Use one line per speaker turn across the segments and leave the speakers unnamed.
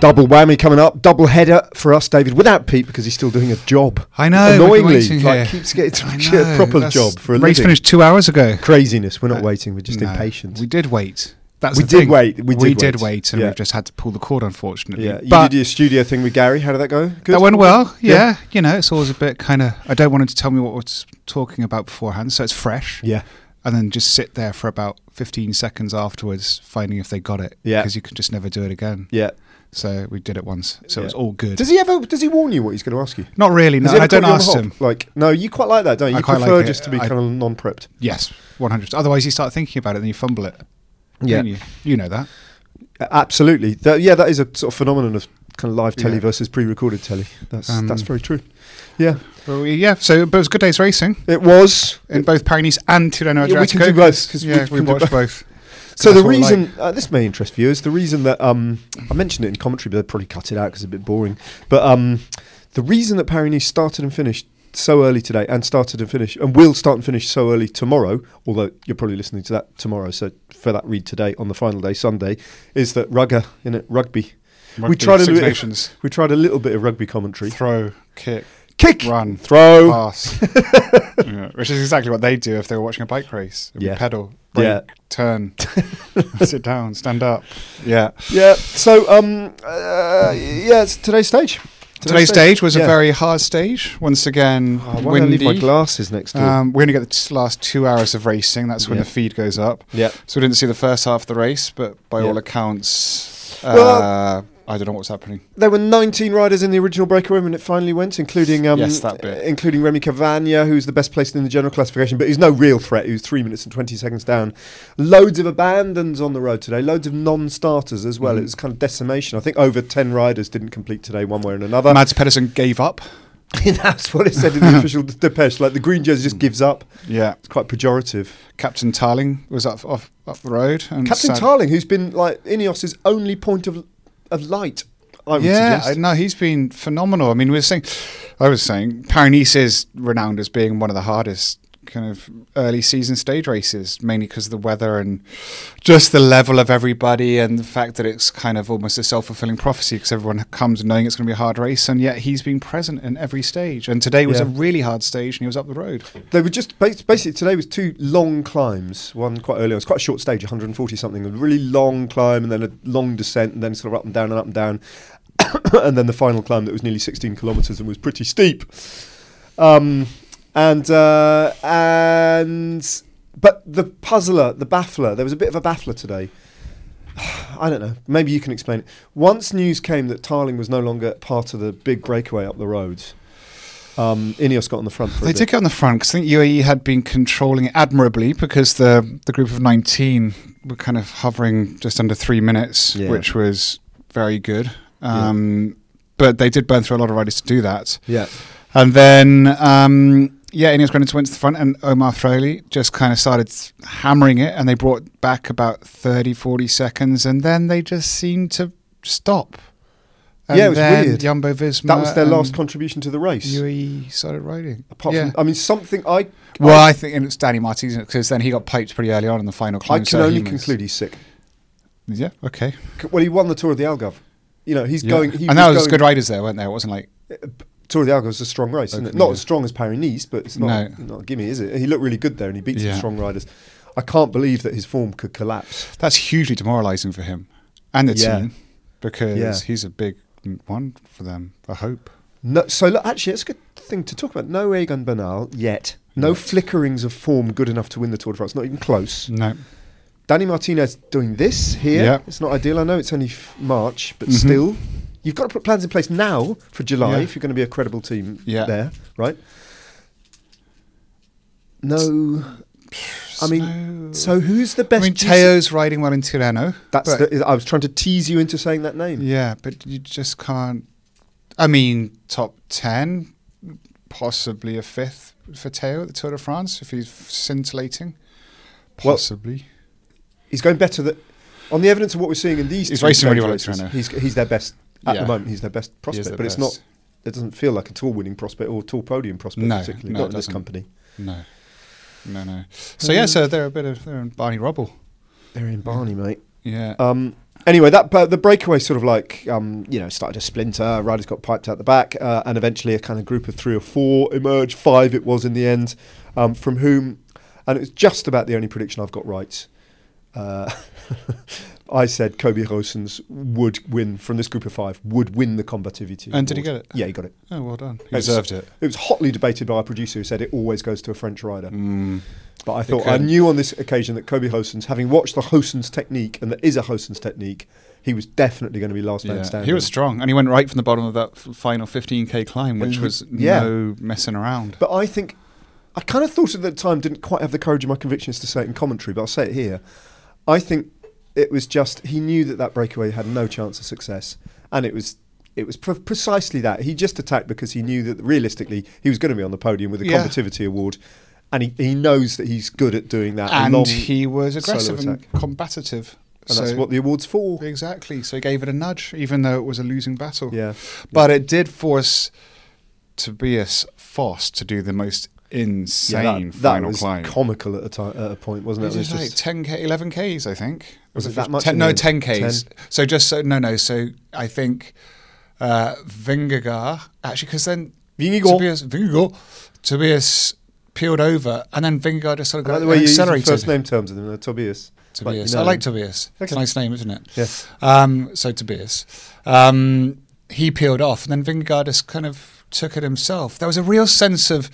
Double whammy coming up. Double header for us, David, without Pete because he's still doing a job.
I know, we're
Annoyingly,
waiting
like
here.
keeps getting
I
to get
know,
a proper
that's-
job for a
race
living.
finished two hours ago.
Craziness. We're not
Uh,
waiting. We're just
No,
impatient.
We did wait. That's
We
the
did
thing.
wait, we did
did
wait.
wait, and
Yeah.
we've just had to pull the cord, unfortunately.
yeah, you
but
did your studio thing with Gary. How did that go? Good.
that went well. Yeah.
Yeah.
you know, it's always a bit kind of. I don't want him to tell me what we're s- talking about beforehand, so it's fresh,
Yeah,
and then just sit there for about fifteen seconds afterwards, finding if they got it.
Yeah.
because you can just never do it again.
yeah.
So we did it once, so it
Yeah.
was all good.
Does he ever? Does he warn you what he's going to ask you?
Not really. No,
Has he
and I
ever
don't
caught you on the
ask
hop?
him.
Like, no, you quite like that, don't you?
I
You
quite like
prefer
it.
just to be
I-
kind of non-prepped.
Yes, one hundred. Otherwise, you start thinking about it, and you fumble it.
Yeah.
don't you? you know that.
A- Absolutely. That, yeah, that is a sort of phenomenon of kind of live telly
Yeah.
versus pre-recorded telly. That's
Um,
that's very true. Yeah,
Well, we- yeah. So, but it was a good day's racing.
it was.
in both Pyrenees and Tirreno
Yeah, we
Adriatico.
can do both, 'cause we
yeah,
can
we,
do
watched
both.
both.
So
That's
the
what I like.
reason uh, this may interest viewers, the reason that um, I mentioned it in commentary, but they probably cut it out because it's a bit boring. But um, the reason that Paris started and finished so early today, and started and finished, and will start and finish so early tomorrow, although you're probably listening to that tomorrow, so for that read today on the final day Sunday, is that rugger in it rugby. we
Rugby,
tried a
Six
little,
Nations.
we tried a little bit of rugby commentary,
throw, kick,
kick,
run,
throw,
pass, Yeah, which is exactly what they do if they were watching a bike race. It'd be
Yeah.
pedal, brake,
Yeah.
turn, sit down, stand up. Yeah.
yeah. So um, uh, yeah, it's today's stage.
Today's stage was a
Yeah.
very hard stage. Once again,
Oh, why did I leave
windy.
my glasses next door?
um, we're going to get the t- last two hours of racing. That's when
Yeah.
the feed goes up.
yeah.
So we didn't see the first half of the race, but by
Yeah.
all accounts, uh,
Well-
I don't know what's happening.
There were 19 riders in the original breakaway when it finally went, including um,
Yes, that bit.
including Remy Cavagna, who's the best placed in the general classification, but who's no real threat. Who's three minutes and 20 seconds down. Loads of abandons on the road today. Loads of non-starters as well.
Mhm.
It was kind of decimation. I think over 10 riders didn't complete today, one way or another.
Mads Pedersen gave up.
That's what it said in the official depeche. Like the green jersey
Mm.
just gives up.
Yeah.
It's quite pejorative.
Captain Tarling was up off, up the road. And
Captain
Sad-
Tarling, who's been like Ineos's only point of of light, I would
Yeah,
suggest.
no, he's been phenomenal. I mean, we were saying, I was saying, Paris is renowned as being one of the hardest kind of early season stage races, mainly because of the weather and just the level of everybody and the fact that it's kind of almost a self fulfilling prophecy because everyone comes knowing it's going to be a hard race, and yet he's been present in every stage. And today was
Yeah.
a really hard stage, and he was up the road.
They were just bas- basically today was two long climbs. One quite early. on. It was quite a short stage, 140 something. A really long climb and then a long descent and then sort of up and down and up and down, and then the final climb that was nearly 16 kilometres and was pretty steep. Um, and uh, and but the puzzler, the baffler. There was a bit of a baffler today. I don't know. Maybe you can explain it. Once news came that Tarling was no longer part of the big breakaway up the road, um, Ineos got on the front. For a
They
bit.
did get on the front because I think UAE had been controlling it admirably because the the group of 19 were kind of hovering just under three minutes,
Yeah.
which was very good.
Yeah.
Um, But they did burn through a lot of riders to do that.
Yeah.
And then, um, yeah, Ineos Grenadiers went to the front and Omar Froley just kind of started s- hammering it and they brought back about 30, 40 seconds and then they just seemed to stop. And
Yeah, it was
then
weird.
Jumbo Visma.
That was their
and
last contribution to the race.
UAE started riding.
Apart
um, Yeah.
from, I mean, something I
Well,
I,
I think and it's Danny Martins because then he got piped pretty early on in the final
I
climb.
can
so he
only
must-
conclude he's sick.
Yeah, okay.
C- Well, he won the Tour of the Algarve. You know, he's
Yeah.
going. He
and that was
was
good
going, uh,
riders there, weren't there? It wasn't like
Tour of the Algarve is a strong race, isn't it?
Okay,
Not
yeah.
as strong as Paris Nice, but it's not
No.
not a gimme, is it? He looked really good there, and he beat
Yeah.
some strong riders. I can't believe that his form could collapse.
that's hugely demoralising for him and the
Yeah.
team because
Yeah.
he's a big one for them. I hope.
No, so look, actually, it's a good thing to talk about. No Egan Bernal yet. No
Yet.
flickerings of form good enough to win the Tour de France. Not even close.
No,
Danny Martinez doing this here.
Yeah.
It's not ideal. I know it's only f- March, but
Mhm.
still, you've got to put plans in place now for July
Yeah.
if you're going to be a credible team
Yeah.
there, right? No, I mean, so who's the
I
best?
mean
GC
Teo's riding well in Tirreno.
That's
but-
the, I was trying to tease you into saying that name.
Yeah, but you just can't. I mean, top ten, possibly a fifth for Teo at the Tour de France if he's scintillating.
Well,
Possibly.
He's going better than on the evidence of what we're seeing in these.
He's
two
racing really
stage
well at
races,
Tirreno.
He's he's their best at
Yeah.
the moment. He's their best
He is
prospect,
the
but it's
best.
not. It doesn't feel like a tour winning prospect or tour podium prospect,
No,
particularly
no,
not
it
in this
doesn't.
company.
No, no, no. So yeah, so they're a bit of they're in Barney Rubble.
They're in Barney, mate.
Yeah,
Um, anyway, that but the breakaway sort of like um, you know started to splinter. Riders got piped out the back, uh, and eventually a kind of group of three or four emerged. Five it was in the end, um, from whom, and it was just about the only prediction I've got right. Uh, I said Kobe Rosens would win from this group of five would win the combativity.
And did he
award.
get it?
Yeah, he got it.
Oh, well done. He
It's-
deserved it.
It was hotly debated by our producer who said it always goes to a French rider.
Mm.
But I thought I
couldn't.
knew on this occasion that Kobe Hosens, having watched the Hosens technique, and there is a Hosens technique, he was definitely going to be last man
Yeah.
standing.
He was strong, and he went right from the bottom of that f- final 15k climb, which
And-
was
Mm. yeah.
no messing around.
But I think I kind of thought at the time, didn't quite have the courage of my convictions to say it in commentary, but I'll say it here. I think it was just he knew that that breakaway had no chance of success, and it was it was pre- precisely that he just attacked because he knew that realistically he was going to be on the podium with the
Yeah.
combativity award, and he, he knows that he's good at doing that.
and
long,
he was
solo
aggressive and combative.
and
so
that's what the award's for.
exactly. So he gave it a nudge, even though it was a losing battle.
Yeah.
But it did force Tobias Foss to do the most
yeah,
insane
that, that
final
was
climb.
comical at a, ti at a point, wasn't it?
It
It was
was like
just-
10k, 11ks, I think.
Was it
fif-
that much in
10,
the
no,
end?
10ks. So just so no, no. So I think uh, Vingegaard actually because then
Vingegaard.
Tobias, Vingegaard, Tobias peeled over, and then Vingegaard just sort of
I
got
like the way you use the
accelerated.
first name terms of them, uh, Tobias.
uh, Tobias,
Like, you
I
know.
like Tobias. It's a
Okay.
nice name, isn't it?
Yeah.
Um, so Tobias, um, he peeled off, and then Vingegaard just kind of took it himself. There was a real sense of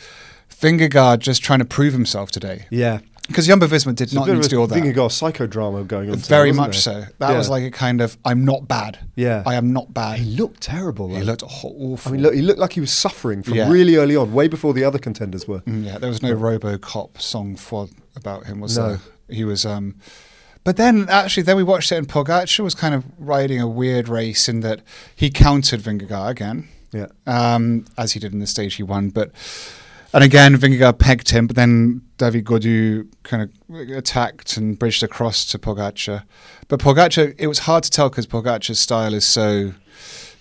Vingegaard just trying to prove himself today
Yeah.
because Jumbo Visma did
It's
not
a bit
need
of
to
a
do all that.
Vingegaard psychodrama going on. today,
Very
wasn't
much
there?
so. That
Yeah.
was like a kind of I'm not bad.
Yeah.
I am not bad.
He looked terrible.
He
though.
looked aw- awful.
I mean, look, he looked like he was suffering from
Yeah.
really early on, way before the other contenders were.
Mm, yeah, there was no RoboCop song for about him, was
No.
there? He was. um But then actually, then we watched it, and Pogacar was kind of riding a weird race in that he countered Vingegaard again,
Yeah.
um, as he did in the stage he won, but. And again, Vingegaard pegged him, but then David Godu kind of attacked and bridged across to Pogacar. But Pogacar, it was hard to tell because Pogacar's style is so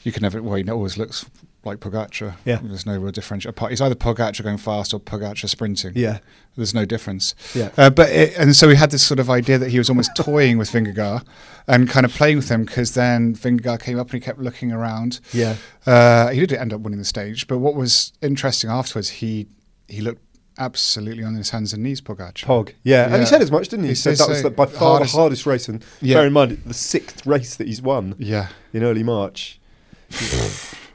you can never. Well, he always looks like Pogacar.
Yeah.
there's no real difference. Apart, he's either Pogacar going fast or Pogacar sprinting.
Yeah.
there's no difference.
Yeah.
Uh, but it, and so we had this sort of idea that he was almost toying with Vingegaard and kind of playing with him because then Vingegaard came up and he kept looking around.
Yeah.
Uh, he did end up winning the stage, but what was interesting afterwards, he he looked absolutely on his hands and knees, Pogacar.
Pog. Yeah. And
Yeah.
he said as much, didn't he? He,
He
said
did
that was
say
the, by far
hardest-
the hardest race. And
Yeah.
bear in mind, the sixth race that he's won
yeah,
in early March.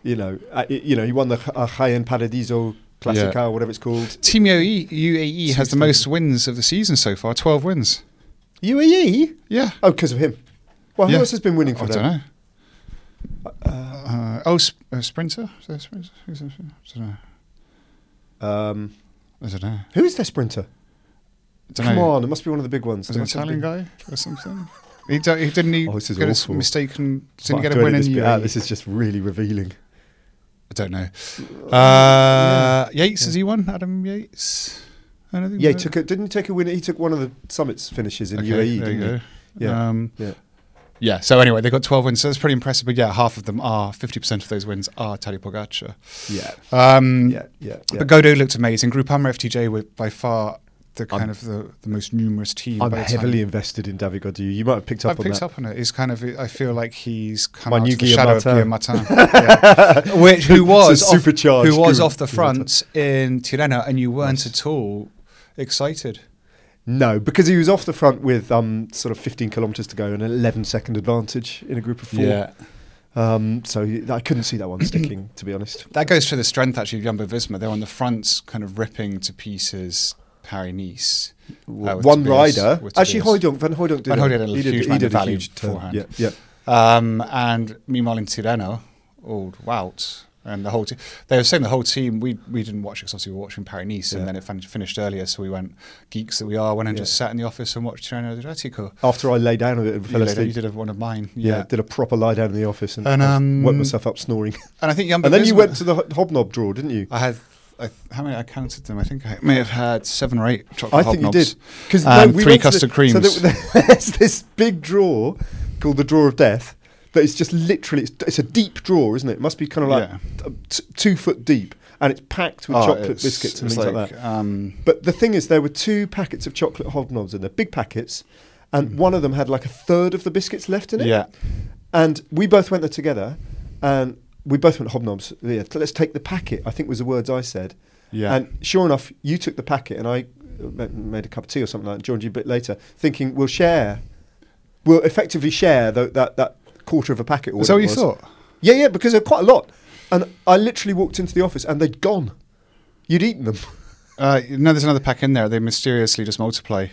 you know, uh, you know, he won the uh, Jaén Paradiso Classica, or whatever it's called.
Team E, UAE, UAE has the
Sixteen.
most wins of the season so far, twelve wins.
UAE?
Yeah,
Oh, because of him. Well, who
Yeah.
else has been winning for
I
them?
don't know. Uh, oh, sp- uh, sprinter? Is there a sprinter? Who's there? I don't know.
Um,
I don't know.
who is their sprinter?
I don't
Come
know.
on, it must be one of the big ones.
Was it an
There must have
Italian
been-
guy or something? He, don't, he didn't he
Oh, this is
get a s-
awful.
mistaken? Didn't
I've
he get a E.
edited
win in
this bit out.
UAE?
This is just really revealing.
I don't know. Uh, Yates is he one? Adam Yates. I don't think
Yeah, he
so.
took a, didn't he take a win? He took one of the summits finishes in
Okay,
UAE,
there you
didn't
go.
he? Yeah.
Um,
yeah.
yeah. So anyway, they got 12 wins. So that's pretty impressive. But yeah, half of them are 50% of those wins are Tadej Pogacar.
Yeah.
Um,
Yeah. Yeah. yeah.
But Godot looked amazing. Groupama FTJ were by far the kind
I'm-
of the, the most numerous team.
I'm
by the time-
heavily invested in David Godu. You might have picked up
I've
on
picked
that.
up on it. It's kind of. I feel like he's come
My
out
new
of the
Guillaume
shadow of Guillaume Martin, yeah. which
It's a
who was off,
supercharged
who was
Guillaume-
off the
Guillaume Martin.
front in Tirreno, and you weren't at all excited.
No, because he was off the front with um, sort of 15 kilometres to go and an 11 second advantage in a group of four. Um, so he- I couldn't see that one sticking, to be honest.
that goes to the strength actually of Jumbo Visma. They're on the front, kind of ripping to pieces Paris Nice.
W-
with
one
Tobias-
rider.
with
Actually,
Tobias.
Hoydonk, Van Hoydonk did
Van
it.
Hooydonk did a
He
huge
he
man
did a
valley
huge turn.
forehand.
Yeah, yeah.
Um, and meanwhile in Tirreno, old Wout and the whole team. They were saying the whole team. We we didn't watch it because obviously we were watching Paris Nice,
Yeah.
and then it fin- finished earlier. So we went geeks that we are. Went and
Yeah.
just sat in the office and watched Tirreno Adriatico.
After I lay down a bit and
You,
fell
know, you
asleep.
did a, one of mine.
Yeah,
Yeah.
did a proper lie down in the office and,
And,
I
um,
woke myself up snoring.
And I think Jumbo
and then you
Visma-
went to the ho- hobnob drawer, didn't you?
I had. I, th- how many? I counted them. I think I may have had seven or eight chocolate
I think you
hobnobs.
did because
And three custard creams.
So there, there's this big drawer called the drawer of death that is just literally it's, it's a deep drawer, isn't it? It must be kind of like
Yeah.
t- t- two foot deep, and it's packed with
Oh,
chocolate
it's-
biscuits and
it's
things like that.
Um,
But the thing is, there were two packets of chocolate hobnobs in there, big packets, and one of them had like a third of the biscuits left in it.
Hmm. Yeah.
And we both went there together, and we both went hobnobs. Yeah, t- let's take the packet. I think was the words I said.
Yeah.
And sure enough, you took the packet, and I uh, ma- made a cup of tea or something like that. and Joined you a bit later, thinking we'll share, we'll effectively share tho- that that quarter of a packet. Or
Is that what you
whatever it was.
thought?
Yeah, yeah, because they're quite a lot. And I literally walked into the office, and they'd gone. You'd eaten them.
Uh, no, there's another pack in there. They mysteriously just multiply.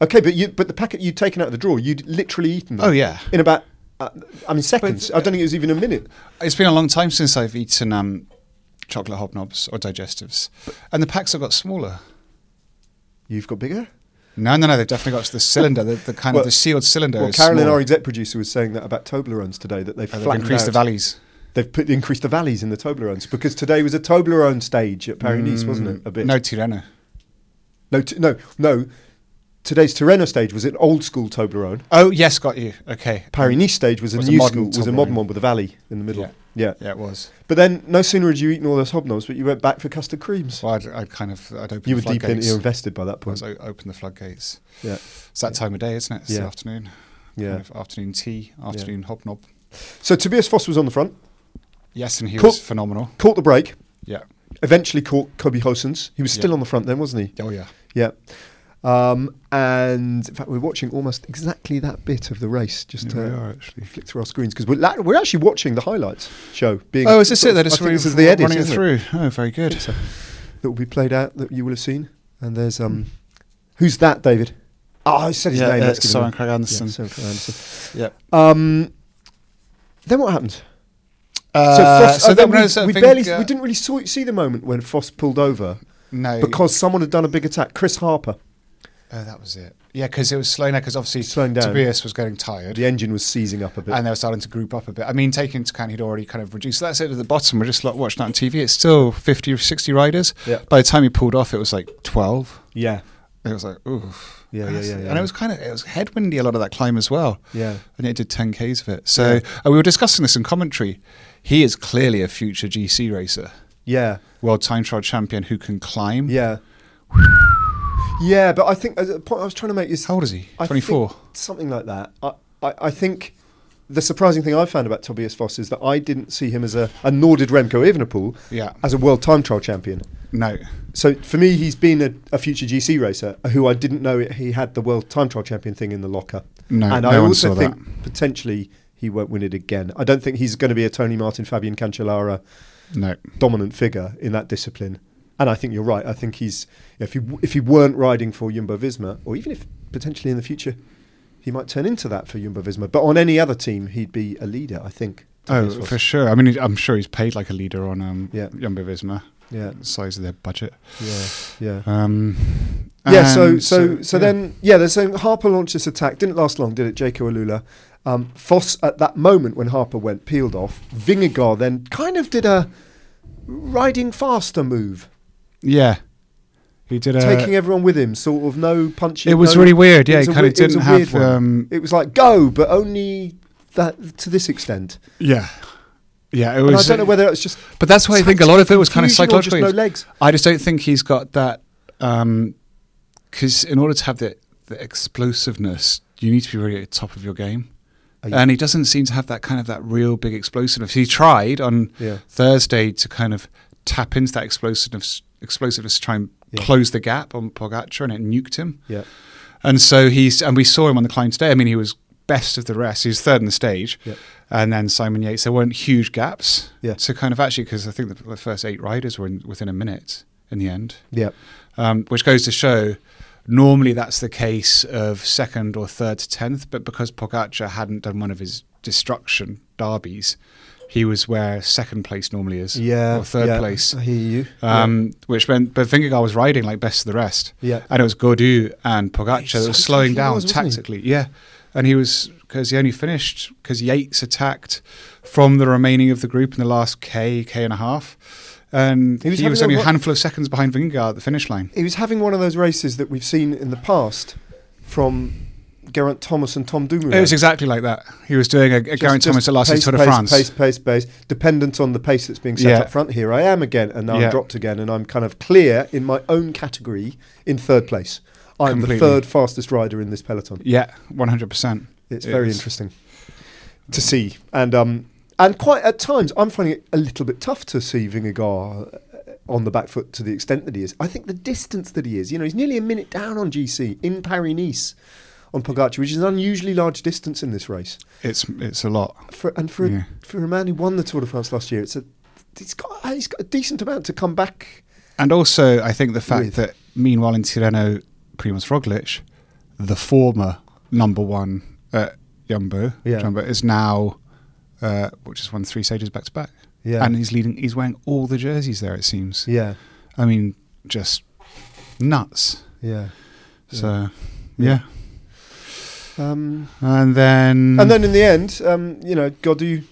Okay, but you but the packet you'd taken out of the drawer, you'd literally eaten them.
Oh, yeah.
in about uh, I mean seconds. I don't think it was even a minute.
It's been a long time since I've eaten um, chocolate hobnobs or digestives, and the packs have got smaller.
You've got bigger.
No, no, no. They've definitely got to the cylinder, the, the kind
Well-
of the sealed cylinder.
Well,
is
Carolyn,
smaller.
our exec producer, was saying that about Toblerones today that they've,
And they've
flattened
increased the
out.
valleys.
They've put increased the valleys in the Toblerones because today was a Toblerone stage at Paris Nice, wasn't it? A bit.
Mm. No Tirana.
no, t- no, no. Today's Tirreno stage was an old school Toblerone.
Oh yes, got you. Okay.
Paris Nice stage was a
Mm. Was a
new
modern
school, was a
Toblerone.
modern one with a valley in the middle.
Yeah.
yeah.
Yeah, it was.
But then, no sooner had you eaten all those hobnobs, but you went back for custard creams.
Well, I'd, I'd kind of I'd open
You were
the
deep in,
floodgates.
you were invested by that
I was
point.
o- open the floodgates.
Yeah,
It's that time of day, isn't it? It's
Yeah.
the afternoon.
yeah.
Kind of afternoon tea, afternoon hobnob.
So Tobias Foss was on the front,
Yes, and he
Cool.
was phenomenal.
caught the break,
Yeah.
eventually caught Kobe Hosens. He was still
Yeah.
on the front then, wasn't he?
Oh yeah.
Yeah. Um, and in fact, we're watching almost exactly that bit of the race. Just
Yeah, we
uh,
are, actually.
flick through our screens because we're, la- we're actually watching the highlights show. Being
Oh, is this it?
I
That is
think
where
this
you're
is the edit,
running it
isn't it?
through. Oh, very
I
good.
think so. that will be played out that you will have seen. And there's um, who's that, David? Oh, I said his
Yeah,
name.
uh,
Let's give him
Soren
a-
Craig Anderson.
Yeah, Soren Craig Anderson.
Yeah.
Um, then what happened?
Uh,
Foss- oh,
that
then we,
was, I
we
think,
barely,
uh,
we didn't really saw, see the moment when Foss pulled over
No,
because someone had done a big attack. Chris Harper,
oh, that was it. Yeah, because it was slowing down. Because obviously,
Slowing down.
Tobias was getting tired,
the engine was seizing up a bit.
and they were starting to group up a bit. I mean, taking into account he'd already kind of reduced. So that's it at the bottom. We're just like watching that on TV. It's still fifty or sixty riders.
Yeah.
By the time he pulled off, it was like twelve.
yeah,
It was like oof.
Yeah, yeah,
That's-
yeah, yeah.
And it was kind of it was headwindy a lot of that climb as well.
yeah.
and it did 10 k's of it. So
Yeah.
uh, we were discussing this in commentary. He is clearly a future GC racer,
Yeah,
world time trial champion who can climb.
yeah, yeah. But I think uh, the point I was trying to make is
How old is he?
I think
24.
something like that. I, I, I think the surprising thing I found about Tobias Foss is that I didn't see him as a, and nor did Remco Evenepoel
Yeah.
as a world time trial champion.
No.
So for me, he's been a, a future GC racer who I didn't know it, he had the world time trial champion thing in the locker.
No,
and
no
I
one
also
saw
think
that.
potentially he won't win it again. I don't think he's going to be a Tony Martin, Fabian Cancellara
No.
dominant figure in that discipline. And I think you're right. I think he's if he if he weren't riding for Jumbo Visma, or even if potentially in the future he might turn into that for Jumbo Visma. But on any other team, he'd be a leader. I think.
Oh,
Tobias Foss.
for sure. I mean, I'm sure he's paid like a leader on um,
Yeah.
Jumbo Visma,
Yeah,
the size of their budget.
yeah, yeah.
Um,
Yeah, so
and
so so,
yeah.
then yeah, they're saying Harper launched this attack. Didn't last long, did it? Jaco Alula, um, Foss at that moment when Harper went peeled off. Vingegaard then kind of did a riding faster move,
Yeah. He did a.
taking everyone with him. Sort of no punching.
it was
no-
really weird. Yeah,
was
he
a
kind
wee-
of
it was
didn't
a weird
have.
one.
Um,
It was like go, but only that to this extent.
yeah. Yeah, it
And I
was. uh,
don't know whether it was just.
But that's why I think a lot of it was kind of
confusion or just
psychological.
no legs.
I just don't think he's got that. Because in order to have the, the explosiveness, you need to be really at the top of your game.
Are you-
And he doesn't seem to have that kind of that real big explosiveness. He tried on
Yeah.
Thursday to kind of tap into that explosiveness, explosiveness to try and
Yeah.
close the gap on Pogacar, and it nuked him.
Yeah,
And so he's and we saw him on the climb today. I mean, he was best of the rest. He was third in the stage,
Yep.
and then Simon Yates. There weren't huge gaps.
Yeah.
So kind of actually, because I think the, the first eight riders were in, within a minute in the end,
yeah,
um, which goes to show. Normally, that's the case of second or third to tenth, but because Pogacar hadn't done one of his destruction derbies, he was where second place normally is,
yeah.
or third
yeah.
place.
I hear you.
Um, Which meant, but Vingegaard was riding like best of the rest.
Yeah.
And it was Gaudu and
He's
Pogacar that
so
was slowing
confused,
down
wasn't he?
tactically. Yeah. And he was, because he only finished, because Yates attacked from the remaining of the group in the last K, K and a half. And
He
he
was having
was,
a
only a
what-
handful of seconds behind Vingegaard at the finish line.
he was having one of those races that we've seen in the past from Geraint Thomas and Tom Dumoulin.
It was exactly like that. He was doing a, a
Just-
Geraint Thomas
just
at last in
pace,
Tour de
pace,
France.
Pace, pace, pace, dependent on the pace that's being set
Yeah.
up front. Here I am again, and now I'm
Yeah.
dropped again, and I'm kind of clear in my own category in third place. I'm
Completely.
the third fastest rider in this peloton.
Yeah, one hundred percent.
It's
It
very
is.
interesting to see, and um, and quite at times I'm finding it a little bit tough to see Vingegaard uh, on the back foot to the extent that he is. I think the distance that he is, you know, he's nearly a minute down on GC in Paris Nice on Pogacar, which is an unusually large distance in this race.
It's it's a lot.
For, and for a,
Yeah.
for a man who won the Tour de France last year, it's a he's got he's got a decent amount to come back.
And also, I think the fact
With-
that meanwhile in Tirreno, Primoz Roglic, the former number one at Jumbo,
Yeah.
Jumbo is now, uh, which has won three stages back to back,
Yeah.
and he's leading. He's wearing all the jerseys there. It seems.
Yeah,
I mean, just nuts.
yeah.
So, yeah.
Yeah. Um,
And then,
And then in the end, um, you know, Godu.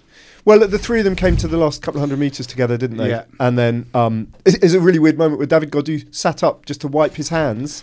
Well, the three of them came to the last couple of hundred meters together, didn't they?
Yeah.
And then um, it's, it's a really weird moment where David Godu sat up just to wipe his hands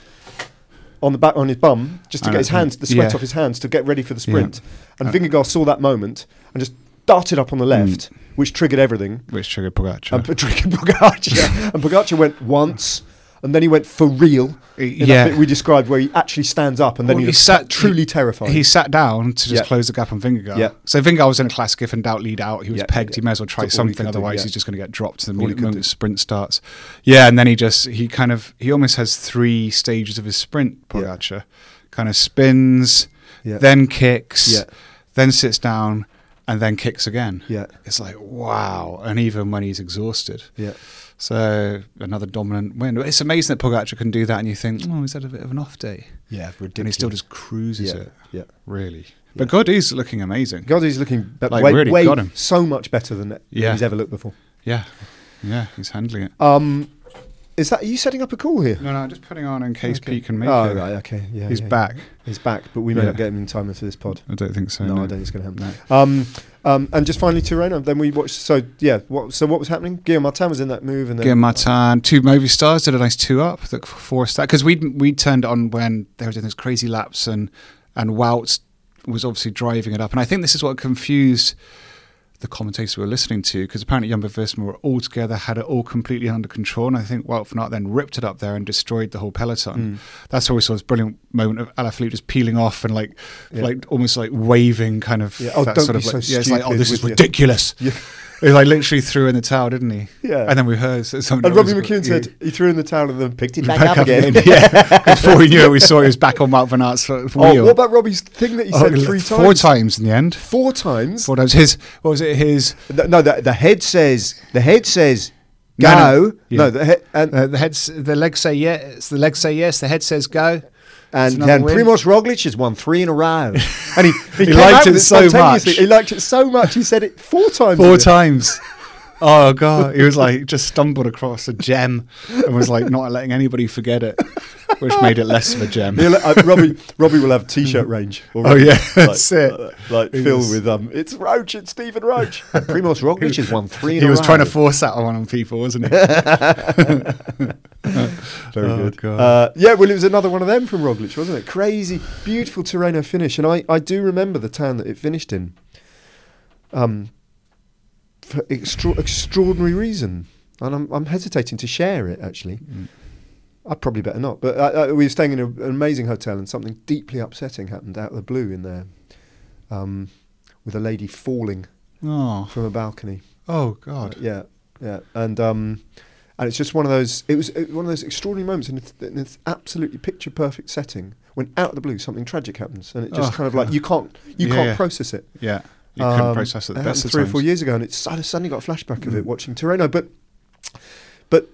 on the back on his bum, just to
And
get his
I think-
hands the sweat
yeah.
off his hands to get ready for the
Yeah. Uh.
sprint. And
And-
Vingegaard saw that moment and just darted up on the
Mm.
left, which triggered everything.
which triggered Pogacar.
And triggered Pogacar. and Pogacar went once. And then he went for real. In
Uh, yeah.
that bit we described where he actually stands up, and then
Well,
he,
he
looks
sat-
truly terrified.
He sat down to just
Yeah.
close the gap on Vingegaard.
Yeah.
So Vingegaard was in a classic if in doubt lead out. He was
Yeah,
pegged.
yeah.
He may as well try
That's all he could
something,
do,
otherwise
yeah.
he's just going to get dropped to the
All he
minute,
could
moment
do.
the sprint starts. Yeah, and then he just he kind of he almost has three stages of his sprint.
Yeah.
Pogacar kind of spins,
Yeah.
then kicks,
Yeah.
then sits down, and then kicks again.
Yeah.
It's like wow, and even when he's exhausted.
yeah.
So another dominant win. It's amazing that Pogacar can do that, and you think, oh, he's had a bit of an off day,
Yeah, ridiculous.
and he still just cruises
yeah,
it.
Yeah.
Really. But God is looking amazing.
Gozzi's looking be-
Like,
way,
really
way
got him.
so much better than
Yeah.
he's ever looked before.
Yeah. Yeah, he's handling it.
Um, is that are you setting up a call here?
No, no, just putting on in case
Okay.
Pete can make
oh
it.
right, okay, yeah,
he's
yeah,
back.
yeah. He's back, but we may
Yeah.
not get him in time for this pod.
I don't think so.
no, I don't think it's going to happen.
No.
Um, um, and just finally, Tirreno. Then we watched. So yeah, what, so what was happening? Guillaume Martin was in that move, and then
Guillaume Martin, two movie stars did a nice two up that forced that because we we turned it on when they were doing those crazy laps and and Wout was obviously driving it up, and I think this is what confused the commentators we were listening to because apparently Jumbo Visma were all together, had it all completely under control, and I think Wout van Aert then ripped it up there and destroyed the whole
Mm.
peloton. That's where we saw this brilliant moment of Alaphilippe just peeling off and like
Yeah.
like almost like waving kind of
Yeah, oh,
that
don't
sort
be
of like,
so
yeah, it's like oh
stupid
this is
with your-
ridiculous.
Yeah.
He like literally threw in the towel, didn't he?
Yeah.
And then we heard so- something.
and
that
Robbie
was-
McCune
yeah.
said he threw in the towel and then picked it back,
Back
up again.
yeah. Before we knew it, we saw he was back on Mark Van Art's wheel.
oh, what about Robbie's thing that he
Oh,
said three times?
Four times in the end.
Four times.
Four times. His what was it? His
Th- No, the, the head says the head says go.
No,
No,
no. Yeah.
the head and
uh, the head, s- the legs say yes. The legs say yes. The head says go.
and
another
then
win.
Primoz Roglic has won three in a row, and he, he, came out
liked it
with
so much.
spontaneously. He liked it so much. He said it four times.
Four
in it.
times. Oh god, he was like just stumbled across a gem and was like not letting anybody forget it, which made it less of a gem.
He'll- uh, Robbie, Robbie will have a t-shirt range.
Oh, yeah,
like,
that's it.
Like, like
He
Phil
was-
with um, it's Roach, it's Stephen Roach. Primoz Roglic has won three. in
He
a
was
row.
trying to force that one on people, wasn't he?
Very
Oh,
good.
God.
Uh, yeah, well, it was another one of them from Roglic, wasn't it? Crazy, beautiful Tirreno finish, and I, I do remember the town that it finished in. Um, for extra- extraordinary reason, and I'm, I'm hesitating to share it actually. I probably better not. But I, I, we were staying in a, an amazing hotel, and something deeply upsetting happened out of the blue in there, um, with a lady falling
Oh,
from a balcony.
oh god.
Yeah, yeah, and um, and it's just one of those. It was uh, one of those extraordinary moments in this, in this absolutely picture perfect setting when out of the blue something tragic happens, and it just
Oh,
kind of like
God.
you can't you
Yeah,
can't
yeah.
process it.
Yeah, you couldn't
Um,
process it.
that
The best
happened
of
three or
times. Mm.
four years ago, and it's I suddenly got a flashback of it watching Torino. But but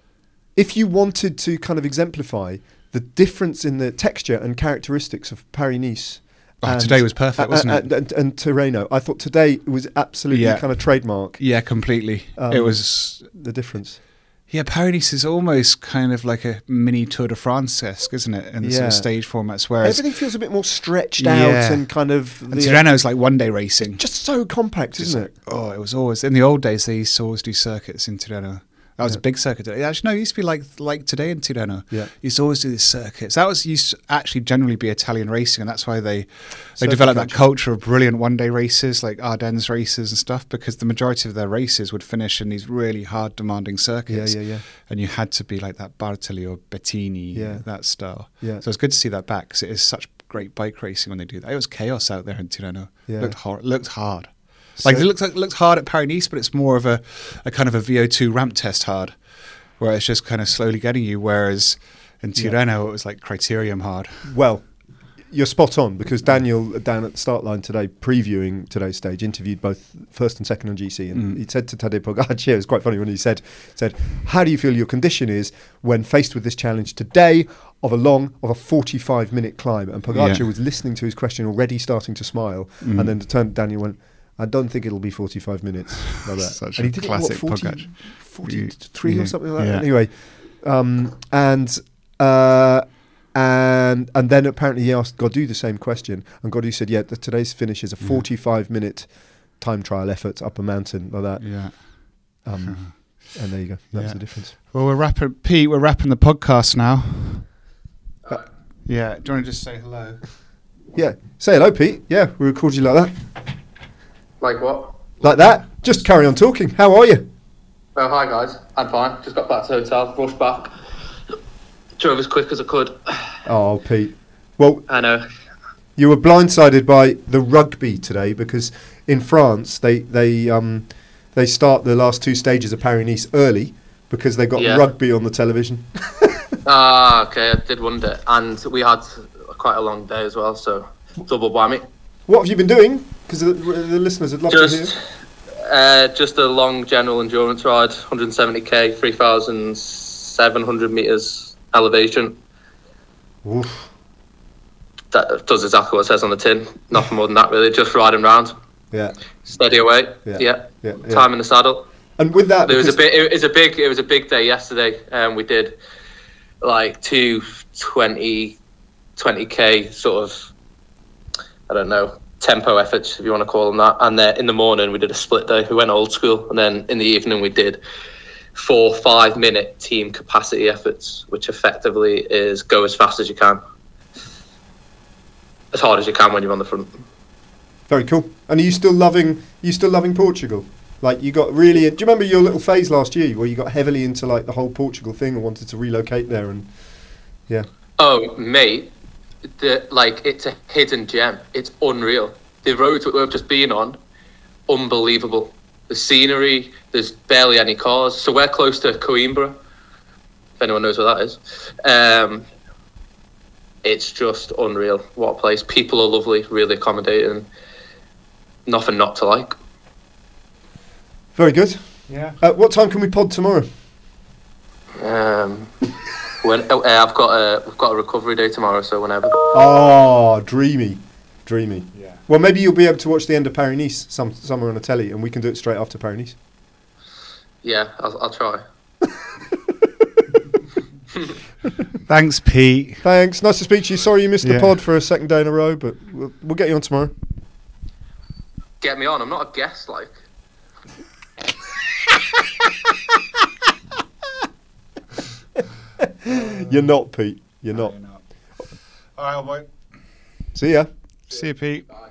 if you wanted to kind of exemplify the difference in the texture and characteristics of Paris Nice.
Oh, today was perfect, wasn't it?
And, and, and Torino. I thought today was absolutely
Yeah.
kind of trademark
Yeah, completely.
Um,
it was.
the difference.
Yeah, Paris is almost kind of like a mini Tour de France esque, isn't it? In the sort
Yeah.
of stage formats, whereas
Everything feels a bit more stretched out
Yeah.
and kind of
and
the-
Tirreno's like one day racing.
just so compact,
Just
isn't it?
like, oh, it was always in the old days they used to always do circuits in Tirreno. That was
Yeah.
a big circuit today. Actually, no, it used to be like like today in Tudeno.
Yeah.
used to always do these circuits. That was used to actually generally be Italian racing, and that's why they they
Circuit
developed that
culture.
culture of brilliant one day races like Ardennes races and stuff because the majority of their races would finish in these really hard, demanding circuits.
yeah, yeah.
And you had to be like that Bartoli or Bettini,
Yeah.
that style.
Yeah.
So it's good to see that back because it is such great bike racing when they do that. It was chaos out there in Tirreno.
Yeah.
Looked hor- looked hard. Like
So-
it looks like looks hard at Paris, but it's more of a, a kind of a VO2 ramp test hard, where it's just kind of slowly getting you. Whereas in
Yeah.
Tirreno, it was like criterium hard.
Well, you're spot on because Daniel uh, down at the start line today, previewing today's stage, interviewed both first and second on GC, and
Mm.
he said to Tadej Pogacar, it was quite funny when he said, "said How do you feel your condition is when faced with this challenge today of a long of a 45 minute climb?" And Pogacar
Yeah.
was listening to his question already, starting to smile,
Mm.
and then turned to Daniel and went. I don't think it'll be 45 minutes. Like that.
Such
and
a
he did
classic
it, what, 40,
Pogacar.
43
Yeah.
or something like that.
Yeah.
Anyway, um, and uh, and and then apparently he asked Godu the same question, and Godu said, "Yeah, th- today's finish is a
Yeah.
45 minute time trial effort up a mountain like that."
Yeah.
Um, and there you go. That's
Yeah.
the difference.
Well, we're wrapping Pete. We're wrapping the podcast now.
Uh,
yeah. Do you want to just say hello?
Yeah. Say hello, Pete. Yeah, we record you like that,
Like what?
like that. Just carry on talking. How are you?
Oh, hi guys. I'm fine. Just got back to the hotel, rushed back. Drove as quick as I could.
Oh, Pete. Well,
I know.
You were blindsided by the rugby today because in France they they um, they start the last two stages of Paris Nice early because they've got
Yeah.
rugby on the television.
Ah, okay. I did wonder. And we had quite a long day as well, so double whammy.
What have you been doing? Because the, the listeners would love to
Just,
hear.
uh, just a long general endurance ride, 170k, 3,700 meters elevation.
Oof.
That does exactly what it says on the tin. Nothing more than that, really. Just riding round,
Yeah,
steady away.
Yeah. yeah,
Yeah.
yeah.
Time in the saddle.
And with that,
There was a
because-
bit. It was a big. It was a big day yesterday. Um, we did like two 20 k sort of. I don't know tempo efforts if you want to call them that. And then in the morning we did a split day. We went old school, and then in the evening we did four five minute team capacity efforts, which effectively is go as fast as you can, as hard as you can when you're on the front.
very cool. And are you still loving you still loving Portugal? Like you got really. Do you remember your little phase last year where you got heavily into like the whole Portugal thing and wanted to relocate there? And yeah,
Oh, mate, the like it's a hidden gem. It's unreal. The roads that we've just been on, unbelievable. The scenery, there's barely any cars. So we're close to Coimbra. If anyone knows where that is, um, it's just unreal. What a place! People are lovely, really accommodating. Nothing not to like.
very good.
Yeah.
At what time can we pod tomorrow?
Um, when oh, uh, I've got a we've got a recovery day tomorrow, so whenever.
Ah, dreamy, dreamy.
Yeah.
Well, maybe you'll be able to watch the end of Paris Nice some, somewhere on a telly, and we can do it straight after Paris Nice.
Yeah, I'll, I'll try.
Thanks, Pete.
Thanks. Nice to speak to you. Sorry you missed the
Yeah.
pod for a second day in a row, but we'll, we'll get you on tomorrow.
Get me on. I'm not a guest, like.
You're not, Pete. You're not.
All right, boy.
See ya.
See you, Pete.